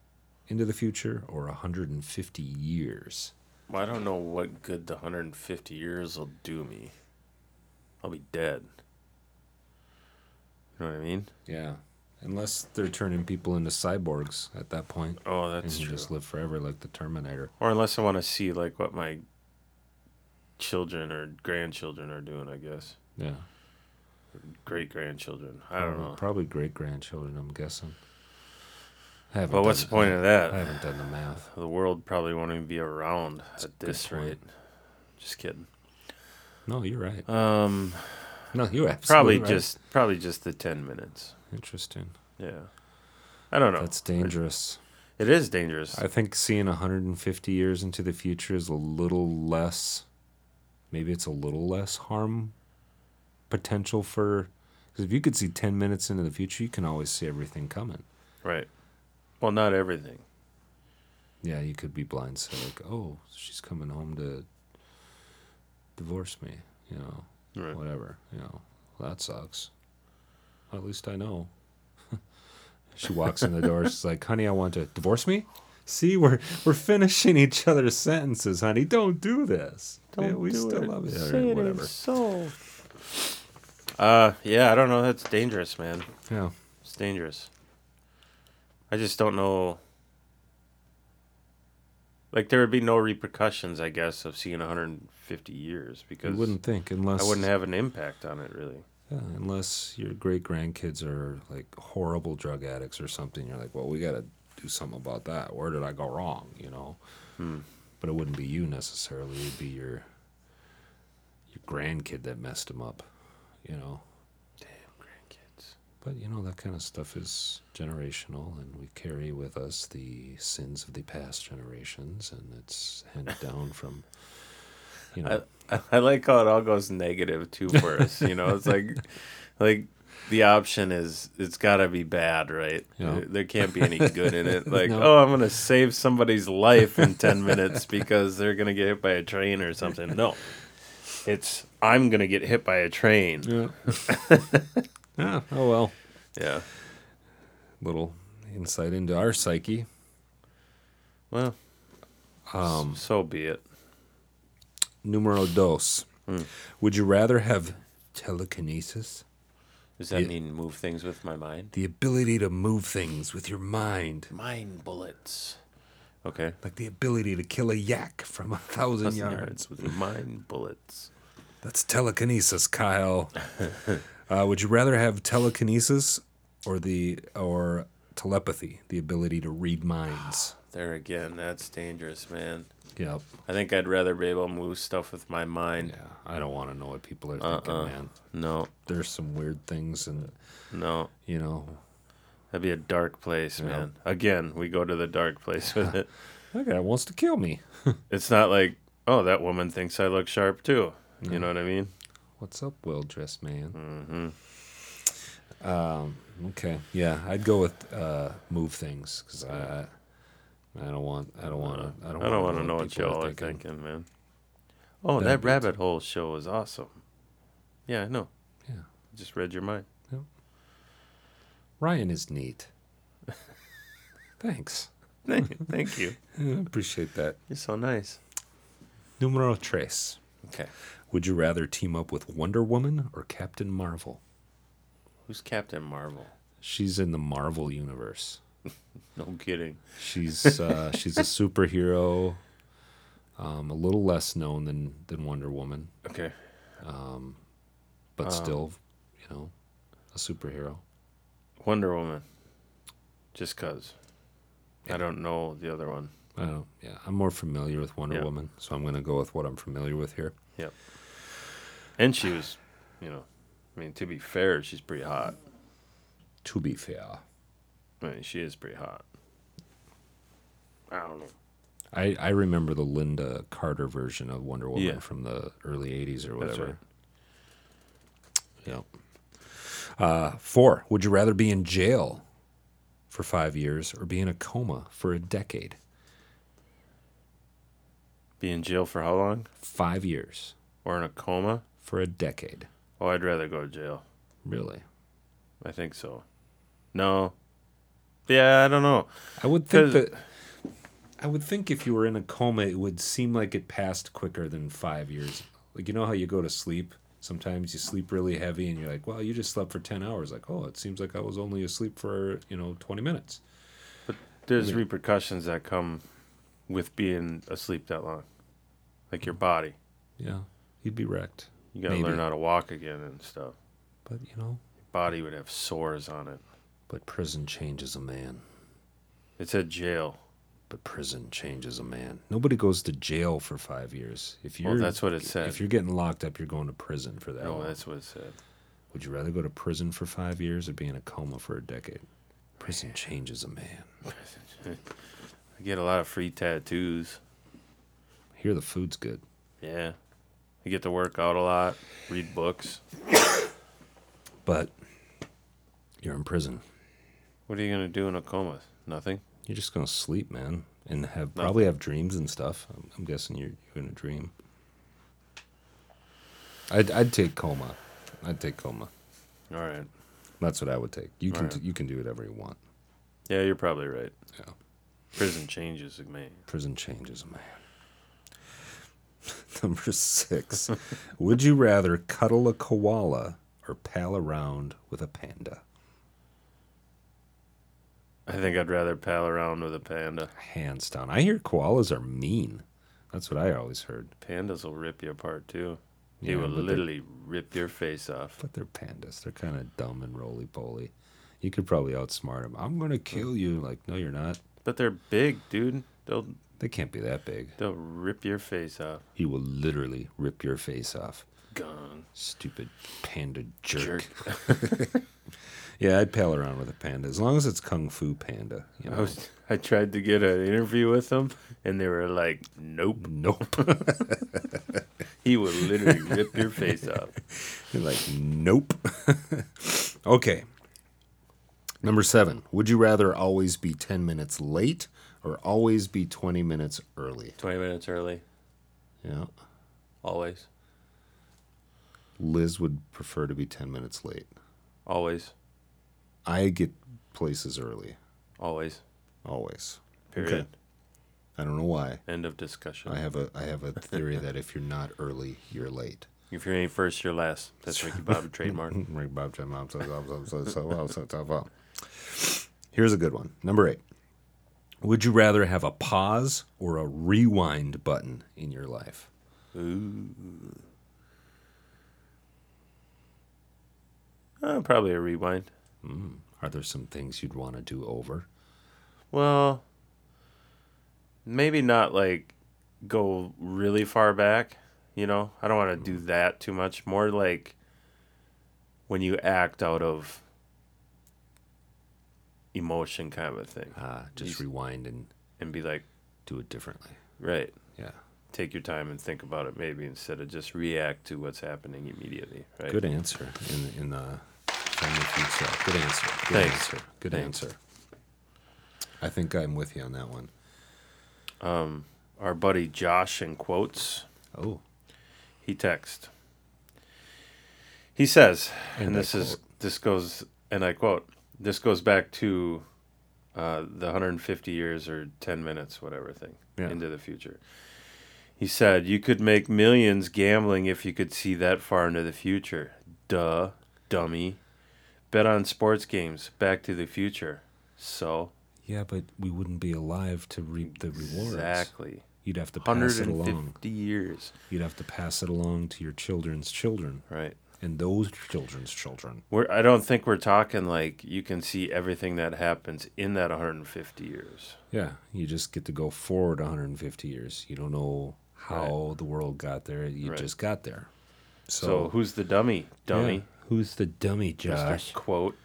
into the future or 150 years? Well, I don't know what good the 150 years will do me. I'll be dead. You know what I mean? Yeah. Unless they're turning people into cyborgs at that point. Oh, and that's you true. just live forever like the Terminator. Or unless I want to see like what my children or grandchildren are doing, I guess. Yeah. Great grandchildren. I don't know. Probably great grandchildren, I'm guessing. I haven't But what's the done- point of I that? haven't done the math. The world probably won't even be around at this point. rate. Just kidding. No, you're right. Um, No, you're absolutely probably right. just probably just the 10 minutes. Interesting. Yeah. I don't know. That's dangerous. It is dangerous. I think seeing 150 years into the future is a little less, maybe it's a little less harm potential for. Because if you could see 10 minutes into the future, you can always see everything coming. right. Well, not everything. Yeah, you could be blindsided. Like, oh, she's coming home to divorce me, you know, Right. whatever, you know, that sucks. At least I know. she walks in the door. She's like, honey, I want to divorce me. See, we're we're finishing each other's sentences, honey. Don't do this. yeah, we still love it. Or whatever. So. Uh, yeah, I don't know. That's dangerous, man. Yeah. It's dangerous. I just don't know. Like there would be no repercussions, I guess, of seeing 150 years You because wouldn't think unless I wouldn't have an impact on it really. Yeah, unless your great grandkids are like horrible drug Hmm. addicts or something, you're like, well, we got to do something about that. Where did I go wrong? You know, But it wouldn't be you necessarily. It'd be your your grandkid that messed him up, you know. Grandkids. But you know that kind of stuff is generational, and we carry with us the sins of the past generations, and it's handed down from, you know, I, I like how it all goes negative too for us. You know, it's like, like the option is it's got to be bad, right? Yeah. There, there can't be any good in it. Like, No. oh, I'm gonna save somebody's life in ten minutes because they're gonna get hit by a train or something. No, it's I'm gonna get hit by a train. Yeah. Yeah. Ah, oh well. Little insight into our psyche. Well, um, so be it. Numero dos. Would you rather have telekinesis, Does that Yeah. mean move things with my mind? the ability to move things with your mind, Mind bullets. Okay. like the ability to kill a yak from a thousand Thousand yards? yards with mind bullets. That's telekinesis, Kyle. uh, would you rather have telekinesis or the or telepathy, the ability to read minds? There again, that's dangerous, man. Yep. I think I'd rather be able to move stuff with my mind. Yeah, I don't want to know what people are thinking, man. No, Uh-uh. There's some weird things, and no. you know, That'd be a dark place, man. Again, we go to the dark place with it. That guy wants to kill me. It's not like, oh, that woman thinks I look sharp too. You know what I mean? What's up, well dressed man? Mm-hmm. Um, okay, yeah, I'd go with uh, move things because I, I don't want, I don't want to, I don't, I don't want to know what people y'all are thinking, man. Oh, that rabbit hole show is awesome. Yeah, I know. Yeah. Just read your mind. Ryan is neat. Thanks, Thank thank you. Yeah, I appreciate that. You're so nice. Numero tres. Okay. Would you rather team up with Wonder Woman or Captain Marvel? Who's Captain Marvel? She's in the Marvel universe. No kidding. She's uh, she's a superhero, um, a little less known than than Wonder Woman. Okay. but still, you know, a superhero. Wonder Woman. Just cause. I don't know the other one. I don't. Uh, Yeah, I'm more familiar with Wonder Yeah. Woman, so I'm going to go with what I'm familiar with here. Yep. And she was, you know, I mean, to be fair, she's pretty hot. To be fair, I mean, she is pretty hot. I don't know. I I remember the Linda Carter version of Wonder Woman Yeah. from the early '80s or That's whatever. Yeah. Uh, four. Would you rather be in jail for five years or be in a coma for a decade? Be in jail for how long? Five years Or in a coma? for a decade. Oh, I'd rather go to jail. Really? I think so. No. Yeah, I don't know. I would think 'Cause- that I would think if you were in a coma, it would seem like it passed quicker than five years. Like you know how you go to sleep. Sometimes you sleep really heavy, and you're like, "Well, you just slept for ten hours." Like, "Oh, it seems like I was only asleep for you know twenty minutes." There's repercussions that come with being asleep that long. Like your body. Yeah, you'd be wrecked. You gotta Maybe. learn how to walk again and stuff. But you know, Body would have sores on it. but prison changes a man. It said jail. But prison changes a man. Nobody goes to jail for five years. If you're Well, that's what it said. if you're getting locked up, you're going to prison for that. No, long. that's what it said. Would you rather go to prison for five years or be in a coma for a decade? Prison changes a man. I get a lot of free tattoos. Here, the food's good. Yeah. I get to work out a lot, read books. But you're in prison. What are you going to do in a coma? Nothing. You're just going to sleep, man, and have probably have dreams and stuff. I'm, I'm guessing you're, you're going to dream. I'd, I'd take coma. I'd take coma. All right. That's what I would take. You can Alright. t- you can do whatever you want. Yeah, you're probably right. Yeah. Prison changes me. Prison changes a man. Number six. would you rather cuddle a koala or pal around with a panda? I think I'd rather pal around with a panda. Hands down. I hear koalas are mean. That's what I always heard. Pandas will rip you apart too. They Yeah, will but they're- literally rip your face off. But they're pandas. They're kind of dumb and roly poly. You could probably outsmart them. I'm going to kill you. Like, no, you're not. But they're big, dude. They'll They can't be that big. They'll rip your face off. He will literally rip your face off. Gone. Stupid panda jerk. yeah, I'd pal around with a panda as long as it's kung fu panda. You I know? was. I tried to get an interview with him, and they were like, "Nope." nope. He would literally rip your face off. You're like, nope. okay. Number seven. Would you rather always be ten minutes late or always be twenty minutes early? Twenty minutes early, Yeah. always, Liz would prefer to be ten minutes late. always, I get places early. always. Always. Period. I don't know why. End of discussion. I have a I have a theory that if you're not early, you're late. If you're any first, you're last. That's Ricky Bob trademark. Ring Bob Jam Mom, so- so- so- so- so- so- so- so. Here's a good one. Number eight. Would you rather have a pause or a rewind button in your life? Uh, probably a rewind. Are there some things you'd want to do over? Well, maybe not like go really far back. You know, I don't want to do that too much. More like when you act out of emotion, kind of a thing, Uh, just rewind and and be like, do it differently. right, Yeah. take your time and think about it, maybe instead of just react to what's happening immediately. Right. Good answer in in the family feud cell. Good answer. Good Thanks. answer. Good Thanks. answer. I think I'm with you on that one. Our buddy Josh in quotes. Oh, He texts. He says, and, And I this is this goes, and I quote: "This goes back to uh, the 150 years or 10 minutes, whatever thing, Yeah. into the future." He said, "You could make millions gambling if you could see that far into the future." Duh, dummy. Bet on sports games. Back to the future. So yeah, but we wouldn't be alive to reap the rewards. exactly You'd have to pass it along. 150 years. You'd have to pass it along to your children's children Right. and those children's children. We're, I don't think we're talking like you can see everything that happens in that 150 years. Yeah, you just get to go forward 150 years. You don't know how the world got there. You Right. just got there. So, So, who's the dummy? Dummy. yeah, who's the dummy, Josh? Mr. Quote.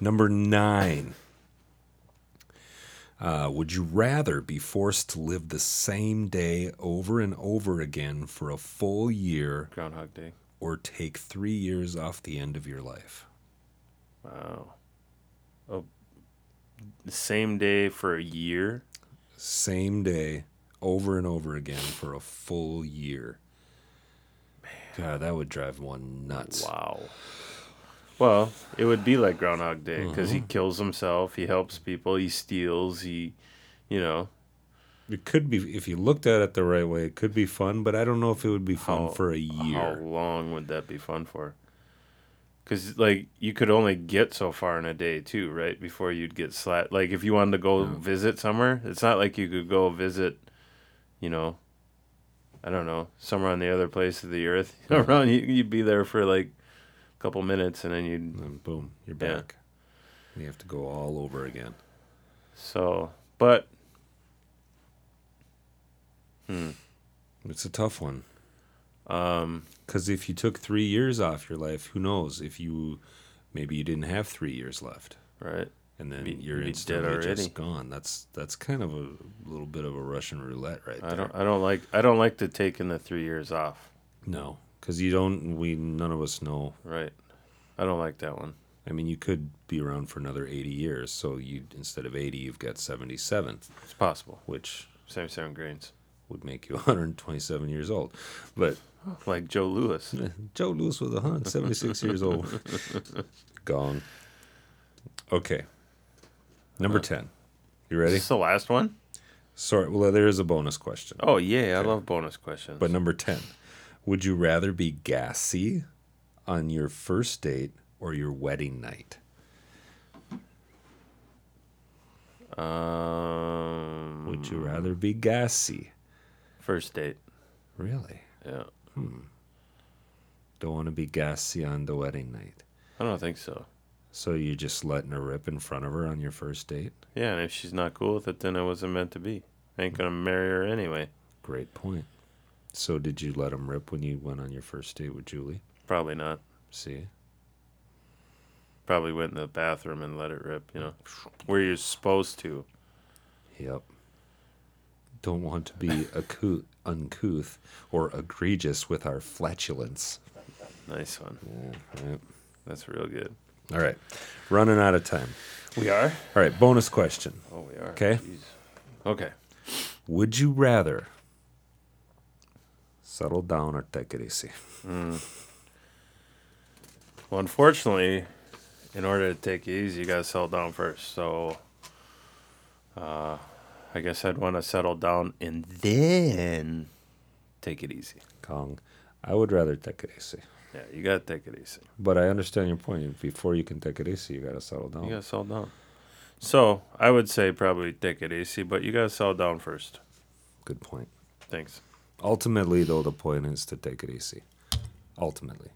Number nine. Uh, would you rather be forced to live the same day over and over again for a full year Groundhog Day. or take three years off the end of your life? Wow. Oh, the same day for a year. same day over and over again for a full year. God, that would drive one nuts. Wow. Well, it would be like Groundhog Day because he kills himself, he helps people, he steals, he, you know, It could be if you looked at it the right way, it could be fun, but I don't know if it would be fun How- for a How year. long would that be fun for? Because like you could only get so far in a day too, right? Before you'd get slat. Like if you wanted to go visit somewhere, it's not like you could go visit, you know, I don't know, somewhere on the other place of the earth. Around you, you'd be there for like a couple minutes, and then you'd And boom, you're Yeah. back. And you have to go all over again. so. But It's a tough one. Um, Um, because if you took three years off your life, who knows? If you maybe you didn't have three years left, right, and then Be- you're be dead instantly already. just gone. That's that's kind of a little bit of a Russian roulette, right? I there. don't, I don't like, I don't like to taking the three years off. No, because you don't. We none of us know. Right, I don't like that one. I mean, you could be around for another eighty years. So you instead of eighty, you've got seventy-seven, It's possible. which Seventy-seven grains, would make you one hundred twenty-seven years old. But like Joe Lewis. Joe Lewis was one hundred seventy-six years old. Gone. Okay. Number ten. You Is ready? this the last one? Sorry. Well, there is a bonus question. Oh yeah, I love bonus questions. But number 10, would you rather be gassy on your first date or your wedding night? um, Would you rather be gassy? first date. Really? Yeah, Don't want to be gassy on the wedding night. I don't think so. So you're just letting her rip in front of her on your first date? Yeah, and if she's not cool with it, then I wasn't meant to be. I ain't gonna marry her anyway. Great point. So did you let him rip when you went on your first date with Julie? Probably not. See? Probably went in the bathroom and let it rip, you know. Where you're supposed to. Yep. Don't want to be acou- uncouth or egregious with our flatulence. Nice one. All right. That's real good. All right. Running out of time. We are? All right. Bonus question. Oh, we are. Okay. Jeez. Okay. Would you rather settle down or take it easy? Well, unfortunately, in order to take it easy, you gotta settle down first. So, uh, I guess I'd want to settle down and then take it easy. Kong, I would rather take it easy. Yeah, you gotta take it easy. But I understand your point. Before you can take it easy, you got to settle down. You gotta settle down. So I would say probably take it easy, but you gotta settle down first. Good point. Thanks. Ultimately, though, the point is to take it easy. Ultimately.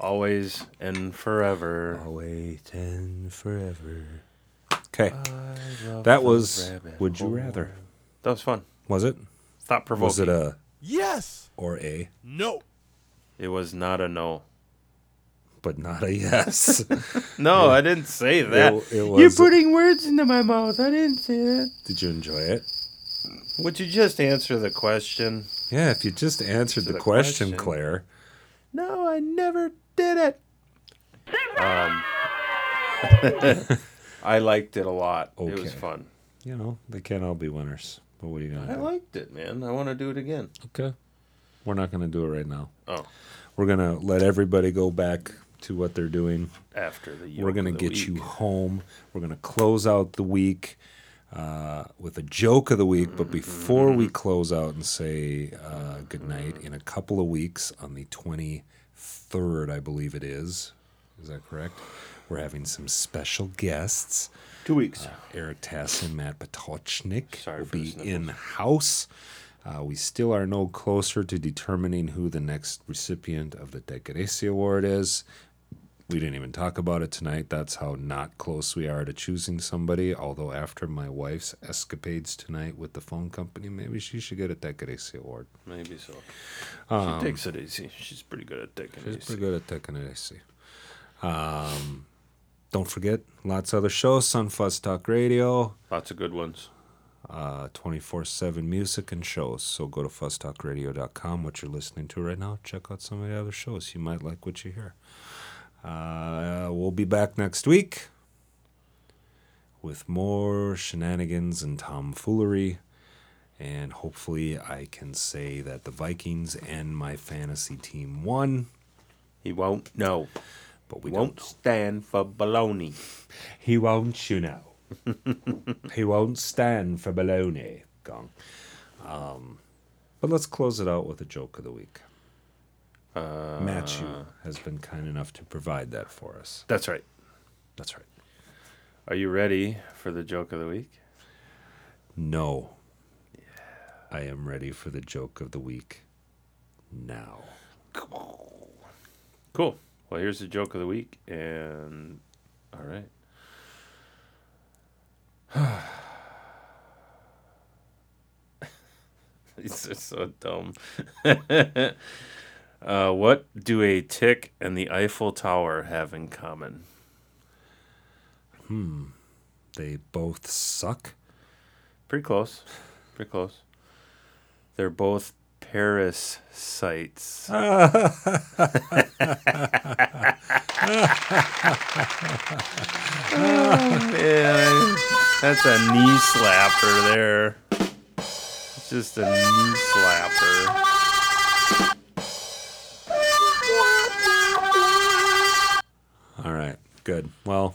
Always and forever. Always and forever. Okay. That was Would You Rather. That was fun. Was it? Thought provoking. Was it a Yes. or a, No. It was not a no. but not a yes? No, I didn't say that. it was- You're putting words into my mouth. I didn't say that. Did you enjoy it? Would you just answer the question? Yeah, if you just answered the, the question, question. Claire. No, I never did it. Um, I liked it a lot. It was Okay. fun. You know, they can't all be winners. But what are you going to I do? liked it, man. I want to do it again. Okay. We're not going to do it right now. Oh, We're going to let everybody go back to what they're doing. after the We're yoke going to of the get week. you home. We're going to close out the week uh, with a joke of the week. But before we close out and say uh, goodnight, in a couple of weeks on the 23rd, I believe it is. Is that correct? We're having some special guests. two weeks. Eric Tass and Matt Potochnik Sorry will for the be sniffles. in house. Uh, we still are no closer to determining who the next recipient of the Decaresi Award is. We didn't even talk about it tonight. That's how not close we are to choosing somebody. Although, after my wife's escapades tonight with the phone company, maybe she should get a Decaresi Award. Maybe so. she takes it easy. She's pretty good at taking it Um, She's easy. pretty good at Decaresi. Um, don't forget, lots of other shows Sunfuzz Talk Radio. Lots of good ones. uh, 24-7 music and shows so go to fusstalkradio.com what you're listening to right now check out some of the other shows you might like what you hear uh, we'll be back next week with more shenanigans and tomfoolery and hopefully i can say that the vikings and my fantasy team won He won't know. but we don't won't know. stand for baloney. he won't you know he won't stand for baloney gong um, but let's close it out with a joke of the week uh, matthew has been kind enough to provide that for us That's right. that's right Are you ready for the joke of the week? no i am ready for the joke of the week now Cool. Well, here's the joke of the week, and all right. These are so dumb. uh, what do a tick and the Eiffel Tower have in common? they both suck Pretty close. Pretty close. They're both parasites. man. That's a knee slapper there. It's just a knee slapper. Oh. all right good well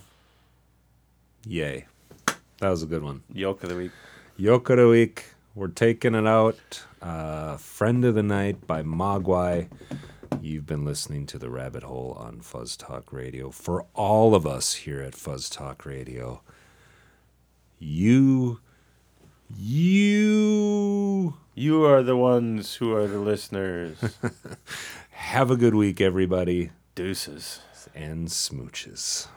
yay that was a good one Yoke of the week. Yoke of the Week. We're taking it out. Uh, Friend of the Night by Mogwai. You've been listening to The Rabbit Hole on Fuzz Talk Radio. For all of us here at Fuzz Talk Radio, you, you You are the ones who are the listeners. have a good week, everybody, Deuces. and smooches.